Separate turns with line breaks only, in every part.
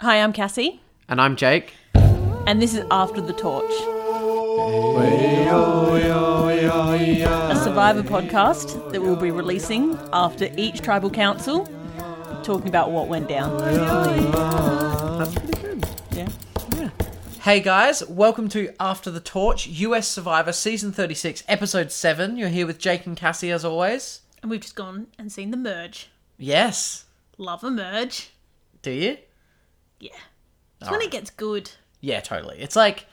Hi, I'm Cassie,
And I'm Jake.
and this is After the Torch. A survivor podcast that we'll be releasing after each tribal council, talking about what went down.
That's pretty good.
Yeah.
Hey guys, welcome to After the Torch, US Survivor Season 36, Episode 7. You're here with Jake and Cassie as always.
And we've just gone and seen the merge.
Yes.
Love a merge.
Do you?
Yeah. It's when it gets good.
Yeah, totally. It's like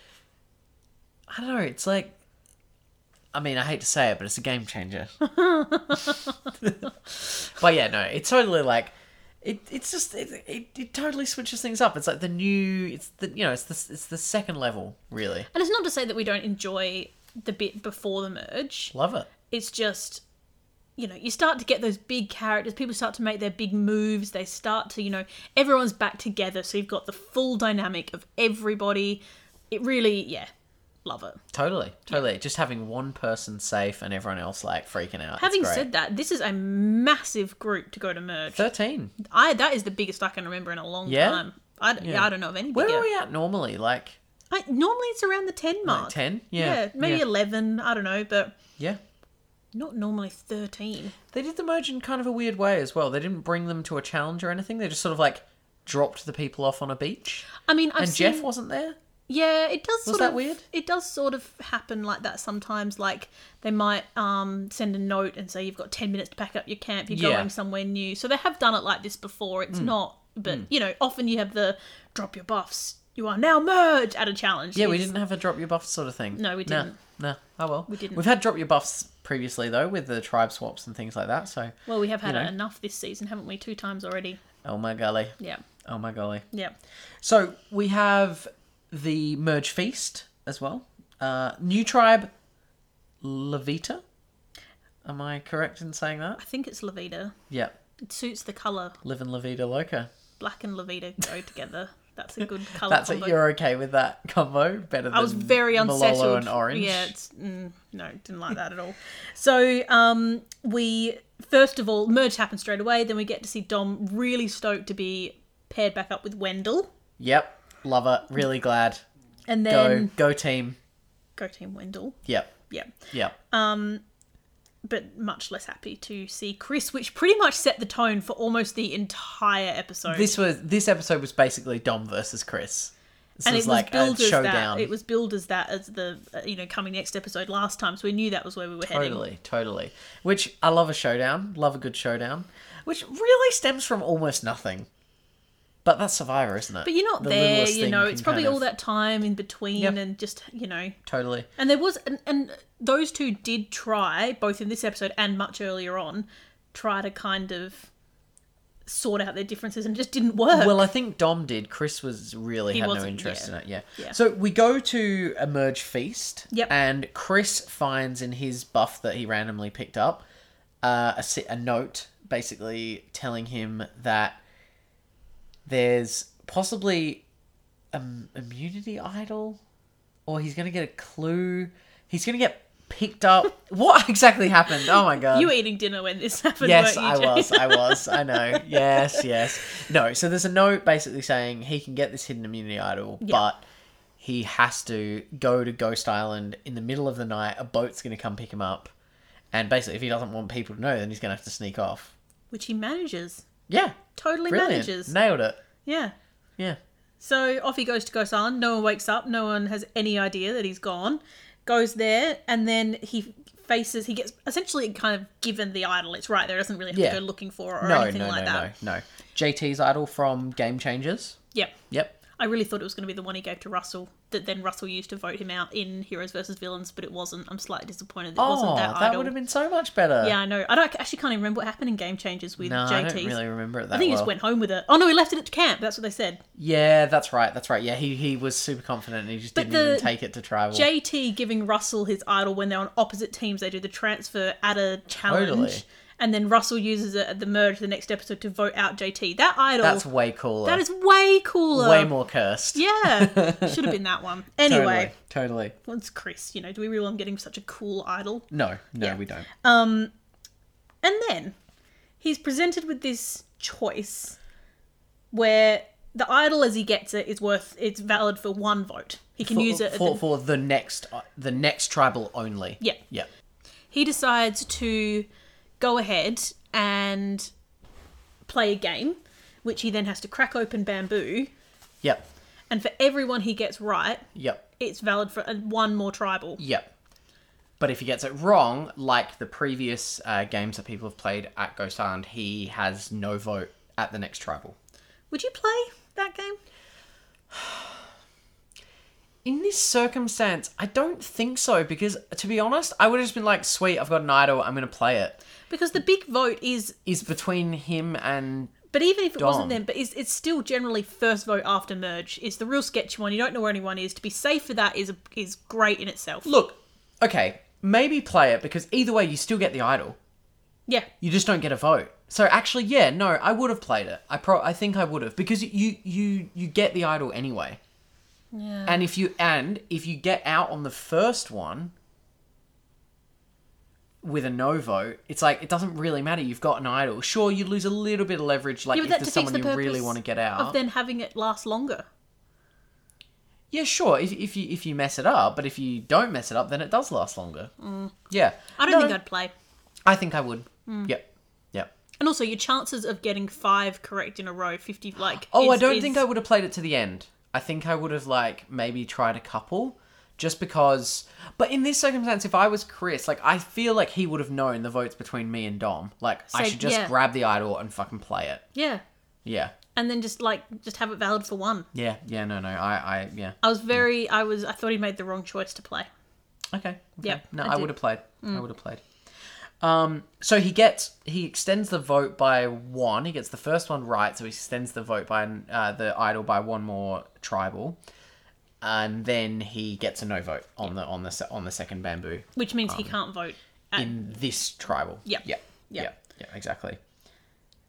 I don't know, it's like I mean, I hate to say it, but it's a game changer. but yeah, no, it's totally like it, it's just it, it, it totally switches things up. It's like the new it's the you know, it's the it's the second level, really.
And it's not to say that we don't enjoy the bit before the merge.
Love it.
It's just, you know, you start to get those big characters. People start to make their big moves. They start to, you know, everyone's back together. So you've got the full dynamic of everybody. It really, yeah, love it.
Totally, totally. Just having one person safe and everyone else like freaking out.
Having said that, this is a massive group to go to merge.
thirteen,
I that is the biggest I can remember in a long
Yeah?
time. I, d-
Yeah.
I don't know of any
where
bigger.
are we at normally? Like
I, normally it's around the 10 mark.
ten?
Yeah,
Yeah,
maybe
yeah.
11, I don't know, but
yeah.
not normally 13.
They did the merge in kind of a weird way as well. They didn't bring them to a challenge or anything. They just sort of like dropped the people off on a beach,
I mean, I've
and
seen,
Jeff wasn't there.
Yeah, it does sort
that
of
weird?
it does sort of happen like that sometimes like they might um send a note and say you've got 10 minutes to pack up your camp, you're
Yeah. Hmm.
going somewhere new. So they have done it like this before. It's not but you know, often you have the drop your buffs. You are now merged at a challenge.
Yeah, we
It's-
didn't have a drop your buffs sort of thing.
No, we
Nah,
didn't.
Nah, oh well.
We didn't.
We've had drop your buffs previously though, with the tribe swaps and things like that. So,
Well, we have had
you know.
it enough this season, haven't we? Two times already.
oh my golly,
Yeah.
oh my golly.
Yeah.
So we have the merge feast as well. Uh, new tribe, Levita. Am I correct in saying that?
I think it's Levita.
Yeah,
It suits the colour
live in Levita Loca.
black and Levita go together. That's a good color
That's
combo.
it. You're okay with that combo better than
I was very unsettled.
Malolo and orange.
Yeah, it's, mm, no, didn't like that at all. So um, we first of all merge happens straight away. Then we get to see Dom really stoked to be paired back up with Wendell,
Yep. Love it. Really glad.
and
Go
then
go team.
go, team Wendell.
Yep.
Yeah,
Yep.
Um, but much less happy to see Chris, which pretty much set the tone for almost the entire episode.
this was this episode was basically Dom versus Chris. This
and it
was
was
like a
billed as
showdown.
that. It was billed as that as the uh, you know coming next episode last time, so we knew that was where we were heading.
Totally, totally. Which I love a showdown. Love a good showdown. Which really stems from almost nothing. But that's Survivor, isn't it?
But you're not
The
there,
littlest
you
thing
know.
can
It's probably
kind
all
of-
that time in between,
Yep.
and just you know.
Totally.
And there was, and, and those two did try both in this episode and much earlier on, try to kind of sort out their differences, and it just didn't work.
Well, uh, I think Dom did. Chris was really had no
wasn't,
interest
yeah.
in it. Yeah.
Yeah.
So we go to a merge feast.
Yep.
And Chris finds in his buff that he randomly picked up uh, a si- a note basically telling him that there's possibly um, immunity idol, or he's going to get a clue. He's going to get picked up. what exactly happened? Oh my god!
you were eating dinner when this happened,
Yes,
weren't you?
I
Jane?
was. I was. I know. Yes, yes. No, so there's a note basically saying he can get this hidden immunity idol, but he has to go to Ghost Island in the middle of the night. A boat's going to come pick him up. And basically, if he doesn't want people to know, then he's going to have to sneak off.
Which he manages,
Yeah.
totally
Brilliant.
manages.
Nailed it.
Yeah.
Yeah.
So off he goes to Ghost Island. No one wakes up. No one has any idea that he's gone. Goes there, and then he faces. He gets essentially kind of given the idol. It's right there. Doesn't really have
Yeah.
to go looking for it or
No,
anything
no,
like
no,
that.
no, no. JT's idol from Game Changers.
Yep.
Yep.
I really thought it was going to be the one he gave to Russell. That then Russell used to vote him out in Heroes versus Villains, but it wasn't. I'm slightly disappointed that it
oh,
wasn't that,
that,
idol.
would have been so much better.
Yeah, I know. I don't, actually can't even remember what happened in Game Changers with
No, I
JT's.
don't really remember it that
I think he
well.
just went home with it. Oh no, he left it at camp. That's what they said.
Yeah, that's right. That's right. Yeah, he, he was super confident and he just didn't
the
even take it to tribal.
JT giving Russell his idol when they're on opposite teams. They do the transfer at a challenge,
Totally.
and then Russell uses it at the merge the next episode to vote out JT. That idol.
That's way cooler.
that is way cooler.
way more cursed.
Yeah, should have been that one. Anyway,
Totally. Totally.
well, it's Chris. You know, do we really want him getting such a cool idol?
No, no, we don't.
And then he's presented with this choice where the idol as he gets it is worth it's valid for one vote. He can
for,
use it. at
for,
the-
for the next uh, the next tribal only.
Yeah.
Yeah.
he decides to go ahead and play a game, which he then has to crack open bamboo.
Yep.
And for everyone he gets right,
Yep.
it's valid for uh, one more tribal.
Yep. But if he gets it wrong, like the previous uh, games that people have played at Ghost Island, he has no vote at the next tribal.
Would you play that game?
In this circumstance, I don't think so because, to be honest, I would have just been like, "Sweet, I've got an idol. I'm going to play it."
Because the big vote is,
Is between him and
but even if it wasn't
Dom.
them, but it's, it's still generally first vote after merge. It's the real sketchy one. You don't know where anyone is. To be safe for that is is great in itself.
look. Okay, maybe play it because either way, you still get the idol.
Yeah,
you just don't get a vote. So actually, yeah, no, I would have played it. I pro, I think I would have because you you you get the idol anyway. Yeah. And if you and if you get out on the first one with a no vote, it's like it doesn't really matter. You've got an idol. Sure, you lose a little bit of leverage. Like
yeah,
if
but that
there's
defeats
someone
the
you
purpose
really want to get
of
out.
then having it last longer.
yeah, sure. If if you if you mess it up, but if you don't mess it up, then it does last longer. Yeah.
Mm. I don't
No,
think I'd Mm. play.
I think I would. Yep. Yep.
And also, your chances of getting five correct in a row, fifty like.
Oh, I
is-
don't
is-
think I would have played it to the end. I think I would have like maybe tried a couple just because but in this circumstance if I was Chris, like I feel like he would have known the votes between me and Dom. Like I
So,
should just
yeah.
grab the idol and fucking play it.
Yeah,
Yeah.
and then just like just have it valid for one.
Yeah. Yeah, no, no. I I yeah.
I was very, I was, I thought he made the wrong choice to play.
Okay. okay.
Yep,
No,
I
I,
did. Mm.
would have played. I would have played. Um, so he gets he extends the vote by one. He gets the first one right, so he extends the vote by uh, the idol by one more tribal, and then he gets a no vote on the on the se- on the second bamboo
Which means he can't vote. At,
Um, in this tribal.
Yep.
Yeah.
Yep.
Yeah. Yeah. Exactly.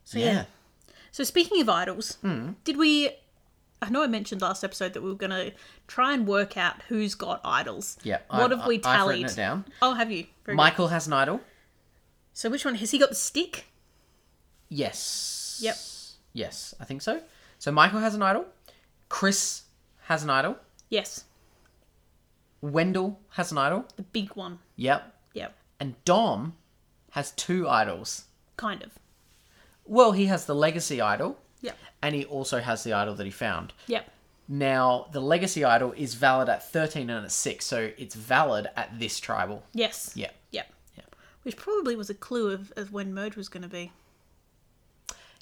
So
yeah. so speaking of idols,
Hmm.
did we? I know I mentioned last episode that we were going to try and work out who's got idols.
Yeah,
What
I've-
have we
I- I've
tallied?
written it down.
Oh, have you? Very good.
Michael has an idol.
So which one has he got? The stick.
Yes.
Yep.
Yes, I think so. So Michael has an idol. Chris has an idol.
Yes,
Wendell has an idol.
the big one.
Yep.
Yep,
And Dom has two idols.
kind of.
Well, he has the legacy idol,
Yep.
and he also has the idol that he found.
Yep.
Now, the legacy idol is valid at 13 and at 6, so it's valid at this tribal.
Yes.
Yeah.
Yep.
Yeah.
Which probably was a clue of, of when merge was going to be.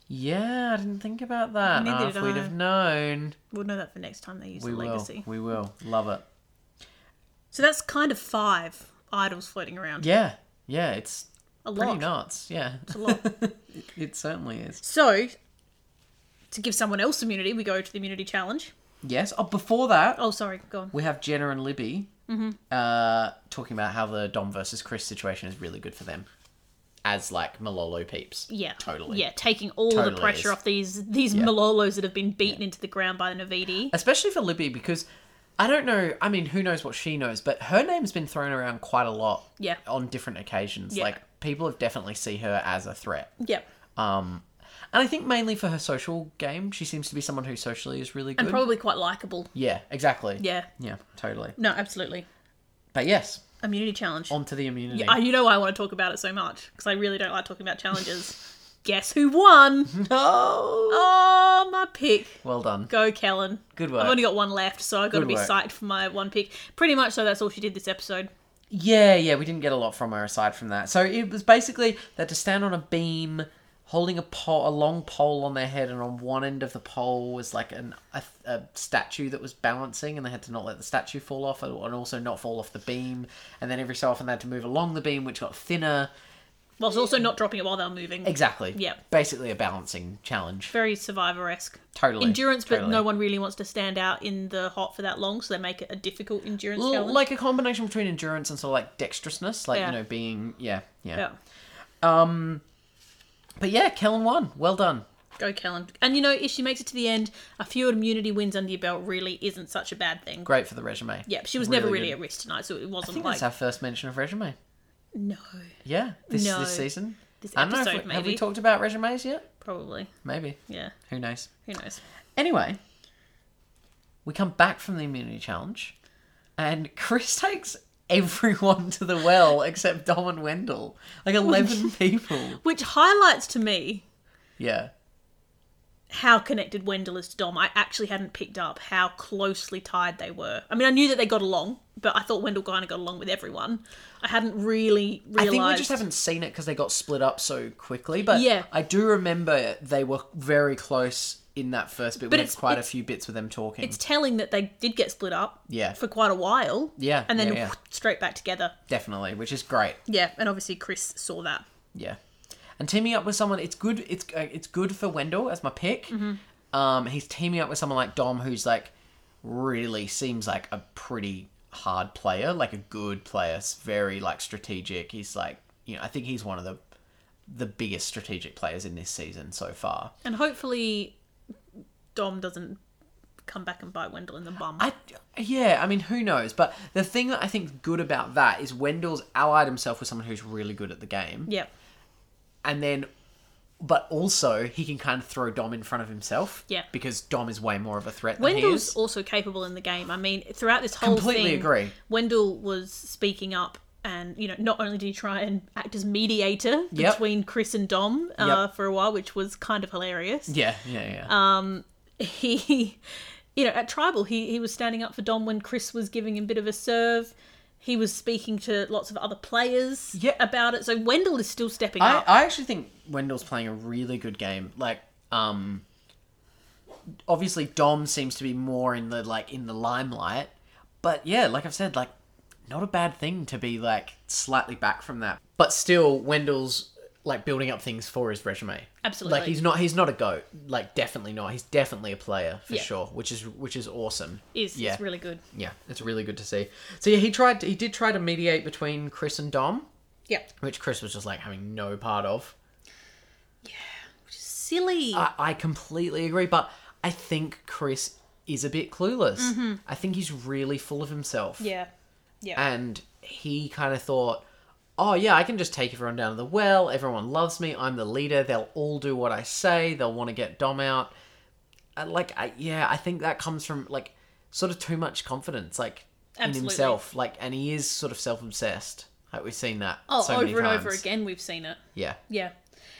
Yeah, I didn't think about that.
Neither
Ah,
did
if we'd
I.
have known,
We'll know that for next time they use
we
the
will.
legacy.
We will. Love it.
So that's kind of five idols floating around.
Yeah. Yeah, it's
a
pretty
lot.
nuts. Yeah.
A lot.
It certainly is.
so to give someone else immunity, we go to the immunity challenge.
Yes. Oh, before that,
Oh, sorry. Go on.
we have Jenna and Libby
Mm-hmm.
uh, talking about how the Dom versus Chris situation is really good for them, as like Malolo peeps.
Yeah.
totally.
Yeah, taking all the
Totally
pressure
is.
off these these malolos that have been beaten into the ground by the Navidi.
especially for Libby because I don't know. I mean, who knows what she knows? But her name's been thrown around quite a lot.
Yeah.
on different occasions.
Yeah.
Like people have definitely see her as a threat.
Yep.
Um, and I think mainly for her social game, she seems to be someone who socially is really good.
And probably quite likable.
yeah, exactly.
Yeah.
Yeah, totally.
No, absolutely.
But yes,
Immunity challenge.
onto the immunity.
I, you know I want to talk about it so much because I really don't like talking about challenges. Guess who won?
no.
Oh, my pick.
Well done.
Go, Kellen.
Good work.
I've only got one left, so I've got to
Good
be
work.
psyched for my one pick. Pretty much, so that's all she did this episode.
Yeah, yeah, we didn't get a lot from her aside from that. So it was basically they had to stand on a beam, holding a pole, a long pole on their head, and on one end of the pole was like an, a, a statue that was balancing, and they had to not let the statue fall off, and and also not fall off the beam. And then every so often they had to move along the beam, which got thinner.
Whilst also not dropping it while they were moving.
Exactly.
Yep.
Basically a balancing challenge.
Very survivor esque.
Totally.
Endurance, but
totally.
no one really wants to stand out in the hot for that long, so they make it a difficult endurance
L-
challenge.
Like a combination between endurance and sort of like dexterousness, like
Yeah.
you know, being yeah, yeah,
yeah.
But yeah, Kellen won. Well done.
Go, Kellen. And you know, if she makes it to the end, a few immunity wins under your belt really isn't such a bad thing.
Great for the resume.
Yeah, she was never really
good.
at risk tonight, so it
I
wasn't
think
like.
that's our first mention of resume.
No,
Yeah, this
No.
this season.
This
I don't know if
episode,
we- have we
maybe.
talked about resumes yet?
probably.
Maybe.
Yeah,
Who knows?
who knows?
Anyway, we come back from the immunity challenge, and Chris takes everyone to the well except Dom and Wendell. Like 11 people.
Which highlights to me
Yeah.
how connected Wendell is to Dom. I actually hadn't picked up how closely tied they were. I mean, I knew that they got along, but I thought Wendell kind of got along with everyone. I hadn't really realized.
I think we just haven't seen it because they got split up so quickly. But
Yeah.
I do remember they were very close in that first bit.
But
we
it's-
had quite
it's-
a few bits with them talking.
It's telling that they did get split up
Yeah.
for quite a while.
Yeah,
And then
yeah, yeah.
straight back together.
Definitely, which is great.
Yeah, and obviously Chris saw that.
Yeah, and teaming up with someone, it's good. It's uh, it's good for Wendell as my pick. Um, he's teaming up with someone like Dom, who's like really seems like a pretty hard player, like a good player, s- very like strategic. He's like, you know, I think he's one of the the biggest strategic players in this season so far.
And hopefully Dom doesn't come back and bite Wendell in the bum.
I yeah, I mean, who knows? But the thing that I think's good about that is Wendell's allied himself with someone who's really good at the game.
yeah.
and then but also he can kind of throw Dom in front of himself.
Yeah.
Because Dom is way more of a threat than he
Wendell's
is.
also capable in the game. I mean, throughout this whole
Completely
thing,
agree.
Wendell was speaking up, and you know, not only did he try and act as mediator
Yep.
between Chris and Dom uh,
Yep.
for a while, which was kind of hilarious.
Yeah, yeah, yeah.
Uh, He, you know, at tribal, he he was standing up for Dom when Chris was giving him a bit of a serve. He was speaking to lots of other players
Yeah.
about it. So Wendell is still stepping
I,
up.
I actually think Wendell's playing a really good game. Like, um obviously Dom seems to be more in the like in the limelight. But yeah, like I've said, like not a bad thing to be like slightly back from that. But still Wendell's like building up things for his resume.
Absolutely.
Like he's not he's not a goat. Like definitely not. He's definitely a player for
Yeah.
sure, which is which is awesome.
Is
yeah.
is really good.
yeah, it's really good to see. So yeah, he tried. He did try to mediate between Chris and Dom,
Yeah.
which Chris was just like having no part of.
Silly.
I, I completely agree, but I think Chris is a bit clueless.
Mm-hmm.
I think he's really full of himself.
yeah. Yeah.
and he kind of thought, "Oh yeah, I can just take everyone down to the well. Everyone loves me. I'm the leader. They'll all do what I say. They'll want to get Dom out." I, like, I, yeah, I think that comes from like sort of too much confidence, like in
Absolutely.
himself. Like, and he is sort of self-obsessed. Like we've seen that
oh,
so many
over and over
times.
again, we've seen it.
Yeah,
Yeah.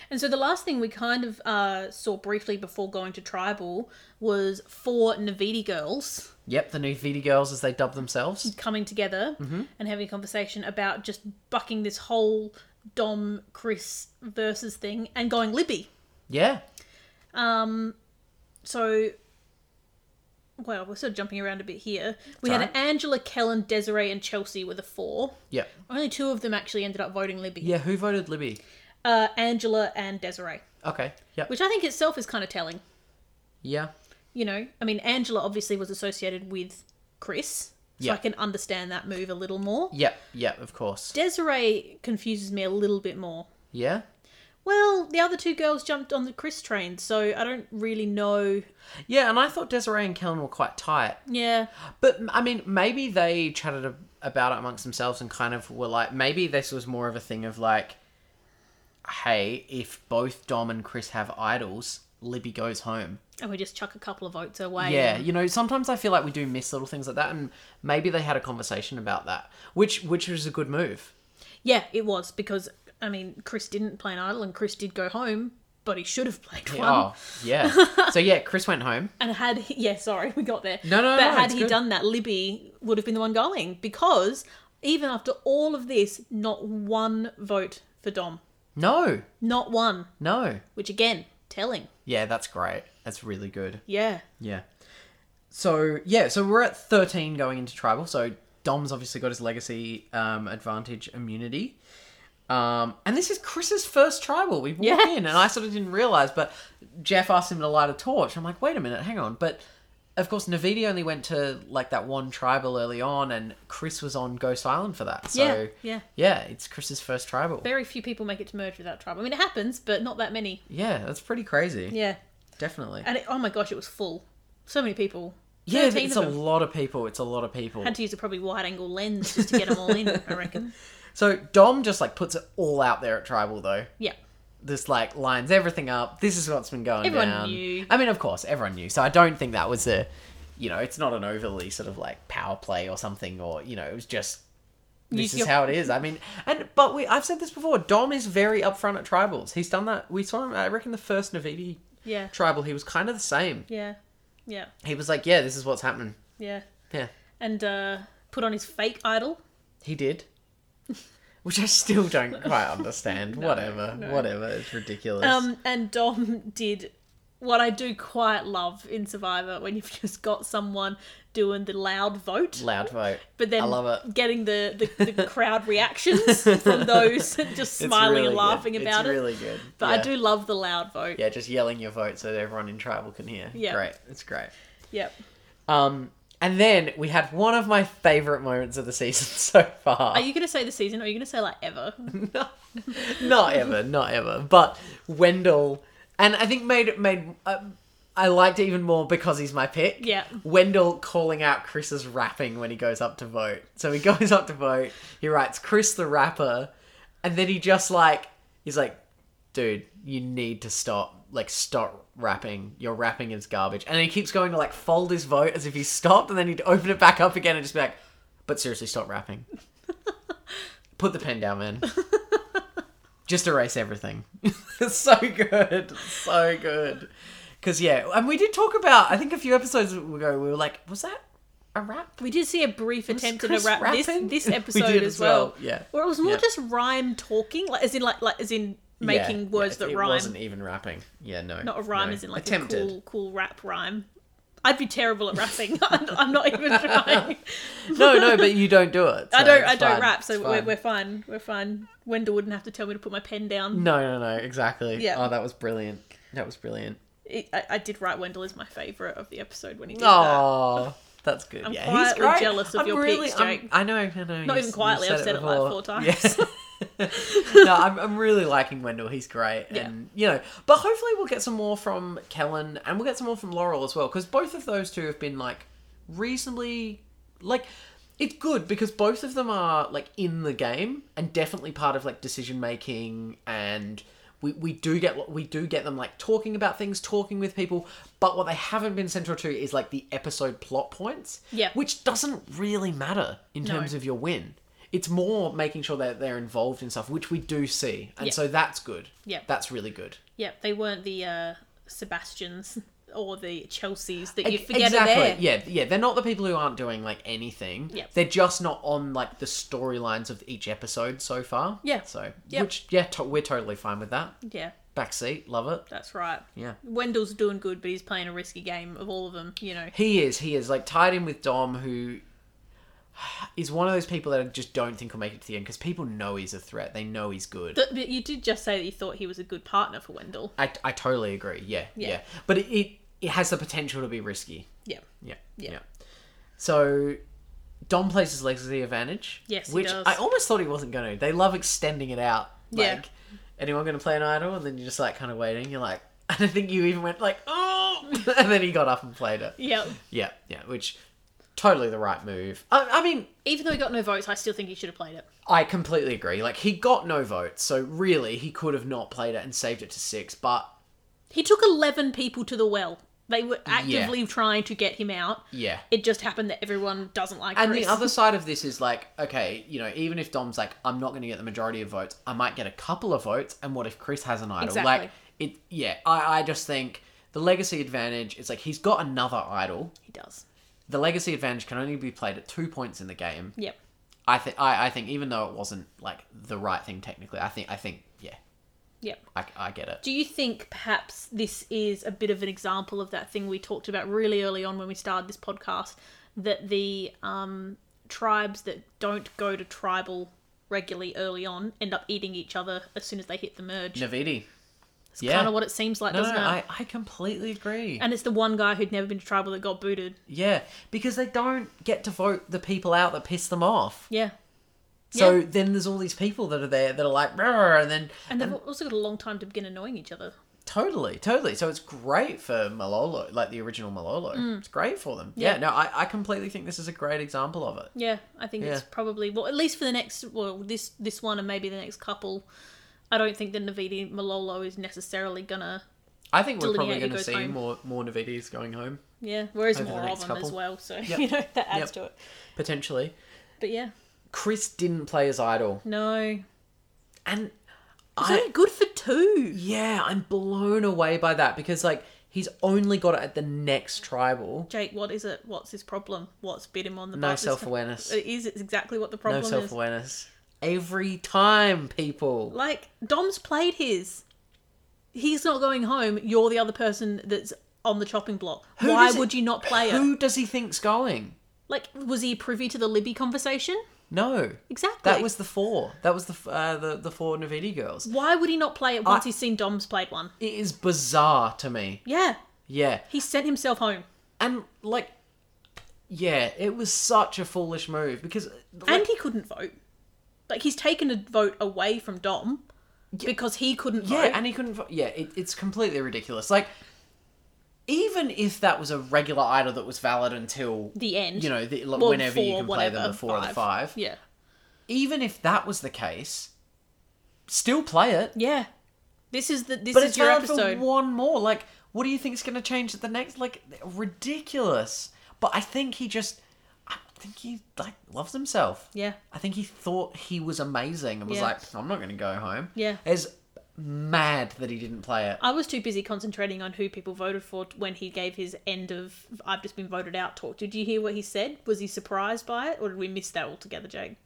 And so the last thing we kind of uh, saw briefly before going to tribal was four Navidi girls
yep. The new Vidi girls, as they dub themselves.
coming together and having a conversation about just bucking this whole Dom Chris versus thing and going Libby.
Yeah,
So, well, we're sort of jumping around a bit here. We had
Sorry.
Angela, Kellen, Desiree, and Chelsea were the four.
yep.
Only two of them actually ended up voting Libby.
Yeah, who voted Libby?
Uh, Angela and Desiree,
Okay, yep.
which I think itself is kind of telling.
yeah,
you know, I mean, Angela obviously was associated with Chris, so
Yeah.
I can understand that move a little more.
yep, yep. Of course.
Desiree confuses me a little bit more.
Yeah.
Well, the other two girls jumped on the Chris train, so I don't really know.
Yeah, and I thought Desiree and Kellen were quite tight.
Yeah,
But I mean, maybe they chatted ab- about it amongst themselves and kind of were like, maybe this was more of a thing of like, hey, if both Dom and Chris have idols, Libby goes home.
and we just chuck a couple of votes away.
Yeah, you know, sometimes I feel like we do miss little things like that, and maybe they had a conversation about that, which which was a good move.
yeah, it was because I mean, Chris didn't play an idol, and Chris did go home, but he should have played one.
Oh, yeah. so yeah, Chris went home.
And had he, yeah, sorry, we got there.
No, no,
but
no,
had
it's
he
good.
done that, Libby would have been the one going because even after all of this, not one vote for Dom,
No,
not one,
no.
which again, telling.
Yeah, that's great. That's really good.
Yeah,
Yeah. So yeah, so we're at thirteen going into tribal. So Dom's obviously got his legacy um, advantage immunity, um, and this is Chris's first tribal. We walk
Yeah.
in, and I sort of didn't realize, but Jeff asked him to light a torch. I'm like, wait a minute, hang on. But of course, Navidi only went to like that one tribal early on, and Chris was on Ghost Island for that. So
yeah, yeah.
yeah, it's Chris's first tribal.
Very few people make it to merge without tribe. I mean, it happens, but not that many.
Yeah, that's pretty crazy.
Yeah,
Definitely.
and it, oh my gosh, it was full. So many people.
Yeah,
13
it's a
of them.
lot of people. It's a lot of people.
Had to use a probably wide-angle lens just to get them all in. I reckon.
So Dom just like puts it all out there at tribal though.
Yeah,
this like lines everything up. This is what's been going
Everyone
down.
knew.
I mean, of course, everyone knew. So I don't think that was a, you know, it's not an overly sort of like power play or something, or you know, it was just this
Use
is
your-
how it is. I mean, and but we I've said this before. Dom is very upfront at tribals. He's done that. We saw him. I reckon the first Navidi
Yeah.
tribal, he was kind of the same.
Yeah. Yeah.
He was like, yeah, this is what's happening.
Yeah.
Yeah,
And uh, put on his fake idol.
he did. Which I still don't quite understand. whatever, whatever. It's ridiculous.
Um, and Dom did what I do quite love in Survivor when you've just got someone doing the loud vote.
Loud vote.
But then
I love it.
getting the, the, the crowd reactions from those just
It's
smiling
really
and laughing
good.
about
it's
it.
really good.
but
Yeah.
I do love the loud vote.
Yeah, just yelling your vote so that everyone in tribal can hear.
Yeah.
Great. It's great.
Yep.
Um, and then we had one of my favorite moments of the season so far.
Are you going to say the season or are you going to say like ever?
not ever, not ever. But Wendell, and I think made made uh, I liked it even more because he's my pick.
Yeah.
Wendell calling out Chris's rapping when he goes up to vote. So he goes up to vote. He writes Chris the rapper, and then he just like he's like, dude, you need to stop. Like stop rapping. Your rapping is garbage. And he keeps going to like fold his vote as if he stopped, and then he'd open it back up again and just be like, but seriously, stop rapping. Put the pen down, man. Just erase everything. so good. So good. Because, yeah, and we did talk about, I think a few episodes ago, we were like, was that a rap?
We did see a brief attempt at a
Chris
rap this,
rapping?
this
We
episode
did
as
as well,
well.
yeah.
Or it was more
Yeah.
just rhyme talking, like as in like like as in making
Yeah,
words
yeah,
that
it
rhyme.
wasn't even rapping. Yeah, no.
Not a rhyme,
no.
as in like
Attempted.
a cool cool rap rhyme. I'd be terrible at rapping. I'm I'm not even trying.
no, no, but you don't do it.
I
so
don't.
it's
I don't
fine,
rap,
it's
so we're,
fine.
we're fine. We're fine. Wendell wouldn't have to tell me to put my pen down.
No, no, no, exactly.
Yeah.
Oh, that was brilliant. That was brilliant.
It- I, I did write Wendell is my favorite of the episode when he did that.
Oh, that's good.
I'm
yeah,
quietly
he's great.
jealous of
I'm
your
really,
picks,
I'm-
Jake.
I know, I know.
Not even quietly, I've said it, like, four times.
Yeah. no, I'm, I'm really liking Wendell. He's great,
Yeah.
and you know, but hopefully we'll get some more from Kellen, and we'll get some more from Laurel as well, because both of those two have been like reasonably, like. It's good because both of them are like in the game and definitely part of like decision making and we, we do get we do get them like talking about things, talking with people, but what they haven't been central to is like the episode plot points.
Yeah.
Which doesn't really matter in terms of your win. It's more making sure that they're involved in stuff, which we do see. And
Yeah.
so that's good.
Yeah.
That's really good.
Yeah, they weren't the uh, Sebastians or the Chelseas that you
Ex-
forget
exactly.
are there.
Yeah, yeah. They're not the people who aren't doing like anything.
Yep.
They're just not on like the storylines of each episode so far.
Yeah.
So
Yep.
which yeah, to- we're totally fine with that.
Yeah,
Backseat, love it.
that's right.
Yeah.
Wendell's doing good, but he's playing a risky game of all of them. You know.
He is. He is like tied in with Dom, who is one of those people that I just don't think will make it to the end because people know he's a threat. They know he's good.
But but you did just say that you thought he was a good partner for Wendell.
I, I totally agree. Yeah, yeah.
Yeah.
But it, it it has the potential to be risky.
Yeah.
Yeah, yeah.
Yeah.
So Dom plays his legs to the advantage.
Yes, he
which
does.
I almost thought he wasn't going to. They love extending it out.
Yeah.
Like, anyone going to play an idol? And then you're just like kind of waiting. You're like, and I think you even went like, oh, and then he got up and played it.
Yeah.
Yeah, yeah. Which totally the right move. I, I mean,
Even though he got no votes, I still think he should have played it.
I completely agree. Like he got no votes, so really he could have not played it and saved it to six. But
He took eleven people to the well. They were actively trying to get him out.
yeah.
It just happened that everyone doesn't like
and
Chris.
the other side of this is like, okay, you know, even if Dom's like, I'm not going to get the majority of votes, I might get a couple of votes. And what if Chris has an idol?
Exactly.
Like it, yeah. I, I just think the legacy advantage. It's like he's got another idol.
he does.
The legacy advantage can only be played at two points in the game.
Yep.
I think. I, I think even though it wasn't like the right thing technically, I think. I think. Yeah.
Yep.
I, I get it.
Do you think perhaps this is a bit of an example of that thing we talked about really early on when we started this podcast that the um, tribes that don't go to tribal regularly early on end up eating each other as soon as they hit the merge?
Navidi.
It's kind of what it seems like,
No, no,
doesn't
no,
it?
I, I completely agree.
And it's the one guy who'd never been to tribal that got booted.
yeah, because they don't get to vote the people out that piss them off.
Yeah.
So
Yeah.
then there's all these people that are there that are like, "Rrr," and then
And they've also got a long time to begin annoying each other.
totally, totally. So it's great for Malolo, like the original Malolo. It's great for them. Yeah,
Mm. Yeah.
no, I, I completely think this is a great example of it.
Yeah, I think it's
Yeah.
probably well, at least for the next well, this this one and maybe the next couple. I don't think that Navidi Malolo is necessarily gonna.
I think we're probably
Delineate who
going to
goes
see
home.
more more Navidis going home
Yeah, whereas
Over the
more of
next
them as
couple.
well, so you know that adds
Yep.
to it.
potentially.
But yeah,
Chris didn't play his idol,
no,
and
it's
I
only good for two.
yeah, I'm blown away by that because like he's only got it at the next tribal.
Jake, what is it? What's his problem? What's bit him on the
No
bus? It's-
self awareness.
It is it's exactly what the
No
problem
self
is.
awareness. Every time, people.
Like Dom's played his. He's not going home. You're the other person that's on the chopping block.
Who
Why
does it-
would you not play it?
Who does he think's going?
Like, was he privy to the Libby conversation?
No,
Exactly.
that was the four. That was the f- uh, the the four Navidi girls.
Why would he not play it once
I-
he's seen Dom's played one?
It is bizarre to me.
Yeah,
Yeah,
he sent himself home
and like, yeah, it was such a foolish move because like,
and he couldn't vote. Like he's taken a vote away from Dom because he couldn't
Yeah,
vote.
and he couldn't. fu- Yeah, it, it's completely ridiculous. Like, even if that was a regular idol that was valid until
the end.
you know, the, like,
Well,
whenever you
four,
can play them,
whatever,
the four or the five.
Yeah,
Even if that was the case, still play it.
yeah. This is the this
But
is
it's
your
valid
episode.
for one more. Like, what do you think is going to change at the next? Like, ridiculous. But I think he just, I think he like loves himself.
Yeah,
I think he thought he was amazing and was
Yeah.
like, I'm not going to go home.
Yeah.
It's mad that he didn't play it.
I was too busy concentrating on who people voted for when he gave his end of "I've just been voted out" talk. Did you hear what he said? Was he surprised by it, or did we miss that altogether, Jake?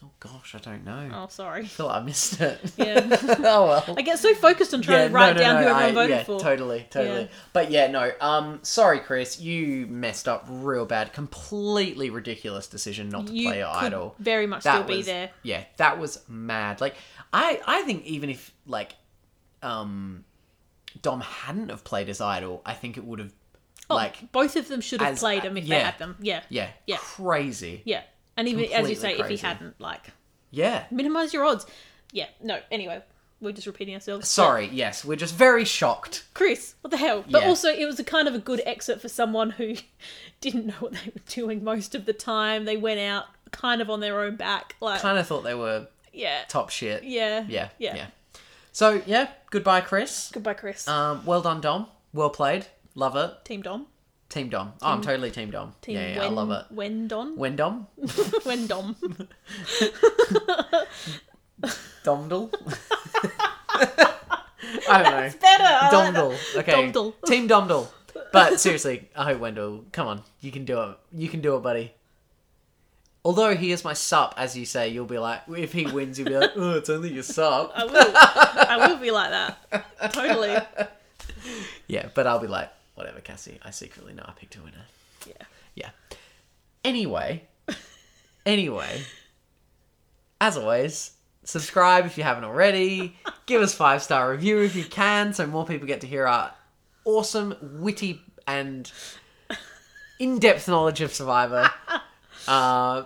Oh gosh, I don't know.
Oh, sorry.
I feel like I missed it.
Yeah.
oh well.
I get so focused on trying to write down who everyone voted
yeah,
for.
Totally, totally.
Yeah.
But yeah, no. Um, sorry, Chris, you messed up real bad. Completely ridiculous decision not to
You
play
could
Idol.
very much
That
still be
was-
there.
Yeah, that was mad. Like, I, I think even if like, um, Dom hadn't have played his Idol, I think it would have,
Oh.
like,
Both of them should have
as-
played him if they
yeah.
had them. Yeah.
yeah,
Yeah.
crazy.
Yeah. And even as
Completely
you say, if he
crazy.
hadn't, like,
Yeah.
minimize your odds. Yeah. No. Anyway, we're just repeating ourselves.
Sorry. Yes, we're just very shocked.
Chris, what the hell? But
Yeah.
also, it was a kind of a good exit for someone who didn't know what they were doing most of the time. They went out kind of on their own back. Like,
Kind of thought they were
yeah.
top shit.
Uh, Yeah.
Yeah.
Yeah.
Yeah. So yeah, goodbye, Chris.
Goodbye, Chris.
Um, well done, Dom. Well played. Love it.
Team Dom.
Team Dom. Oh, I'm totally Team Dom.
Team
yeah, yeah
Wen,
I love it.
Wen Don.
When Dom?
Wen Dom.
Domdal? I don't know.
Better. I like that.
Domdal. Okay.
Domdal.
Team Domdal. But seriously, I hope Wendell. Come on, you can do it. You can do it, buddy. Although he is my sup, as you say, you'll be like, if he wins, you'll be like, oh, it's only your sup.
I will. I will be like that. Totally.
Yeah, but I'll be like, whatever, Cassie. I secretly know I picked a winner.
Yeah.
Yeah. Anyway, anyway, as always, subscribe if you haven't already. Give us five star review if you can, so more people get to hear our awesome, witty, and in depth knowledge of Survivor. Uh,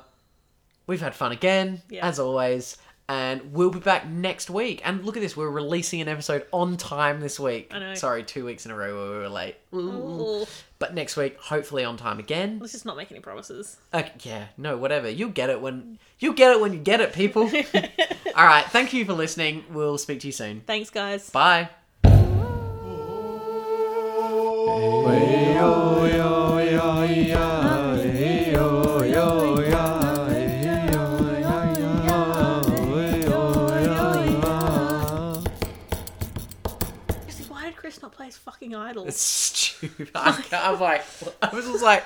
we've had fun again,
Yeah.
as always. And we'll be back next week. And look at this, we're releasing an episode on time this week.
I know.
Sorry, two weeks in a row where we were late. Ooh.
Ooh.
But next week, hopefully on time again.
Let's just not make any promises.
Okay, yeah, no, whatever. You'll get it when you'll get it when you get it, people. All right, thank you for listening. We'll speak to you soon.
Thanks, guys.
Bye.
Actually, Why did Chris not play his fucking idol?
It's stupid. I can't- I'm like, I was just like,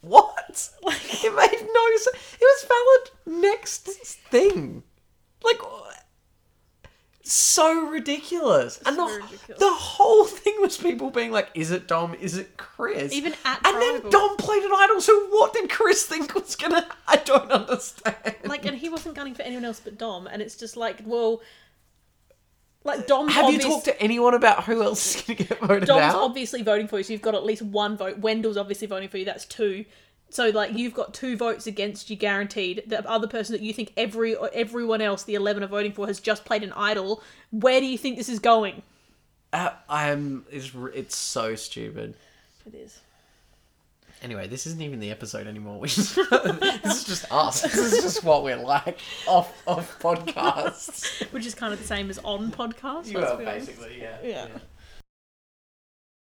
what? Like, it made no sense. It was valid next thing. Like, so ridiculous. and
So
the,
ridiculous.
the whole thing was people being like, is it Dom? Is it Chris?
Even at
And
Tribal.
then Dom played an idol, so what did Chris think was gonna. I don't understand.
Like, and he wasn't gunning for anyone else but Dom, and it's just like, well, like Dom.
Have
obvious-
you talked to anyone about who else is gonna get voted
Dom's
out?
obviously voting for you, so you've got at least one vote. Wendell's obviously voting for you. That's two. So like, you've got two votes against you, guaranteed. The other person that you think every or everyone else, the eleven are voting for, has just played an idol. Where do you think this is going?
Uh, I am. It's, r- it's so stupid.
It is.
Anyway, this isn't even the episode anymore. We just, this is just us. This is just what we're like off off podcasts.
which is kind of the same as on podcast.
You
let's
are
be honest.
basically, yeah.
Yeah.